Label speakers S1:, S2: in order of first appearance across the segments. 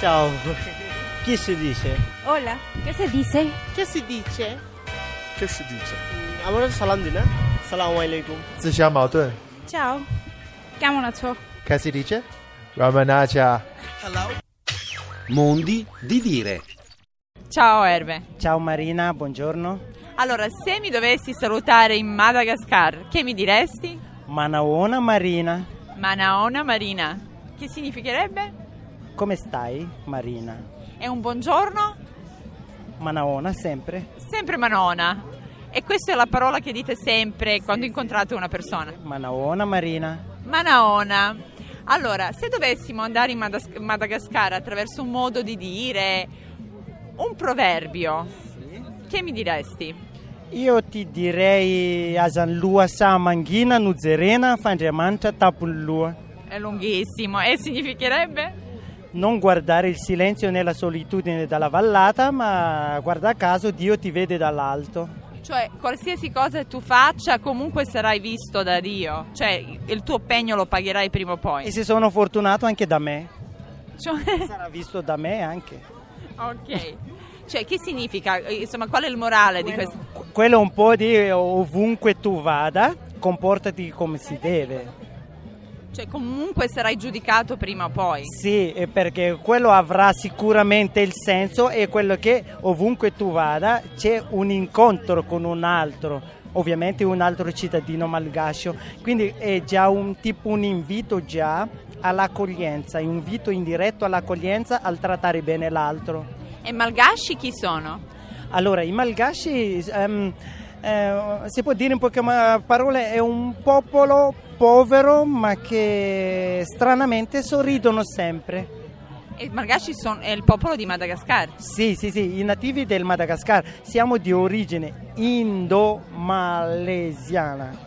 S1: Ciao. Chi si dice?
S2: Hola, che si dice?
S3: Che si dice?
S4: 这是地震。
S1: আমরা সালাম দিই না সালাম আলাইকুম
S5: 自相矛盾
S2: Ciao. Chiamo la ciò.
S5: Che si dice? Ramanaja
S6: Mondi di dire.
S7: Ciao Erve.
S8: Ciao Marina, buongiorno.
S7: Allora, se mi dovessi salutare in Madagascar, che mi diresti?
S8: Manaona Marina.
S7: Manaona Marina. Che significherebbe?
S8: Come stai, Marina?
S7: È un buongiorno?
S8: Manaona sempre.
S7: Sempre Manaona. E questa è la parola che dite sempre quando incontrate una persona.
S8: Manaona Marina.
S7: Manaona. Allora, se dovessimo andare in Madas- Madagascar attraverso un modo di dire, un proverbio, che mi diresti?
S8: Io ti direi a San Lua sa manghina nuzerena fangiamanta tapun lua.
S7: È lunghissimo e significherebbe?
S8: Non guardare il silenzio nella solitudine dalla vallata, ma guarda caso Dio ti vede dall'alto.
S7: Cioè, qualsiasi cosa tu faccia, comunque sarai visto da Dio. Cioè, il tuo pegno lo pagherai prima o
S8: E
S7: poi.
S8: se sono fortunato anche da me.
S7: Cioè,
S8: Sarà visto da me anche.
S7: ok. Cioè, che significa? Insomma, qual è il morale di questo?
S8: Qu- Quello è un po' di ovunque tu vada, comportati come si deve.
S7: Cioè, comunque sarai giudicato prima o poi.
S8: Sì, eh, perché quello avrà sicuramente il senso e quello che ovunque tu vada c'è un incontro con un altro, ovviamente un altro cittadino malgascio, quindi è già un tipo un invito già all'accoglienza, un invito indiretto all'accoglienza al trattare bene l'altro.
S7: E Malgasci chi sono?
S8: Allora, i malgasci, ehm, eh, si può dire in poche ma- parole, è un popolo povero ma che stranamente sorridono sempre.
S7: E Malgasci son- è il popolo di Madagascar.
S8: Sì, sì, sì, i nativi del Madagascar siamo di origine indo-malesiana.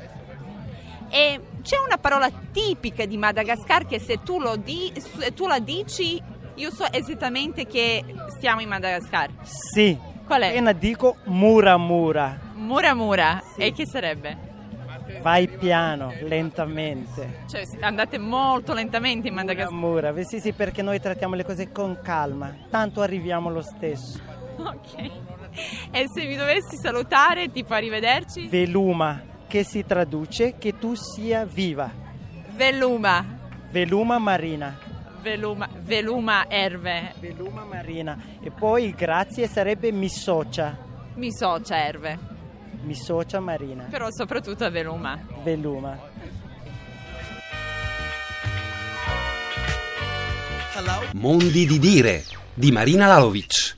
S7: E c'è una parola tipica di Madagascar che se tu, lo di- se tu la dici, io so esattamente che stiamo in Madagascar.
S8: Sì.
S7: Qual è?
S8: Appena dico mura mura,
S7: Mura Mura. E che sarebbe?
S8: vai piano, lentamente.
S7: Cioè, s- andate molto lentamente in
S8: Mura
S7: Madagascar.
S8: mura, Beh, sì, sì, perché noi trattiamo le cose con calma, tanto arriviamo lo stesso.
S7: Ok. E se mi dovessi salutare, tipo arrivederci?
S8: Veluma, che si traduce che tu sia viva.
S7: Veluma.
S8: Veluma marina.
S7: Veluma, Veluma Erve.
S8: Veluma marina. E poi grazie sarebbe missocia.
S7: Mi socia Erve.
S8: Missocia marina.
S7: Però soprattutto a Veluma.
S8: Veluma.
S6: Mondi di dire. Di Marina Lalovic.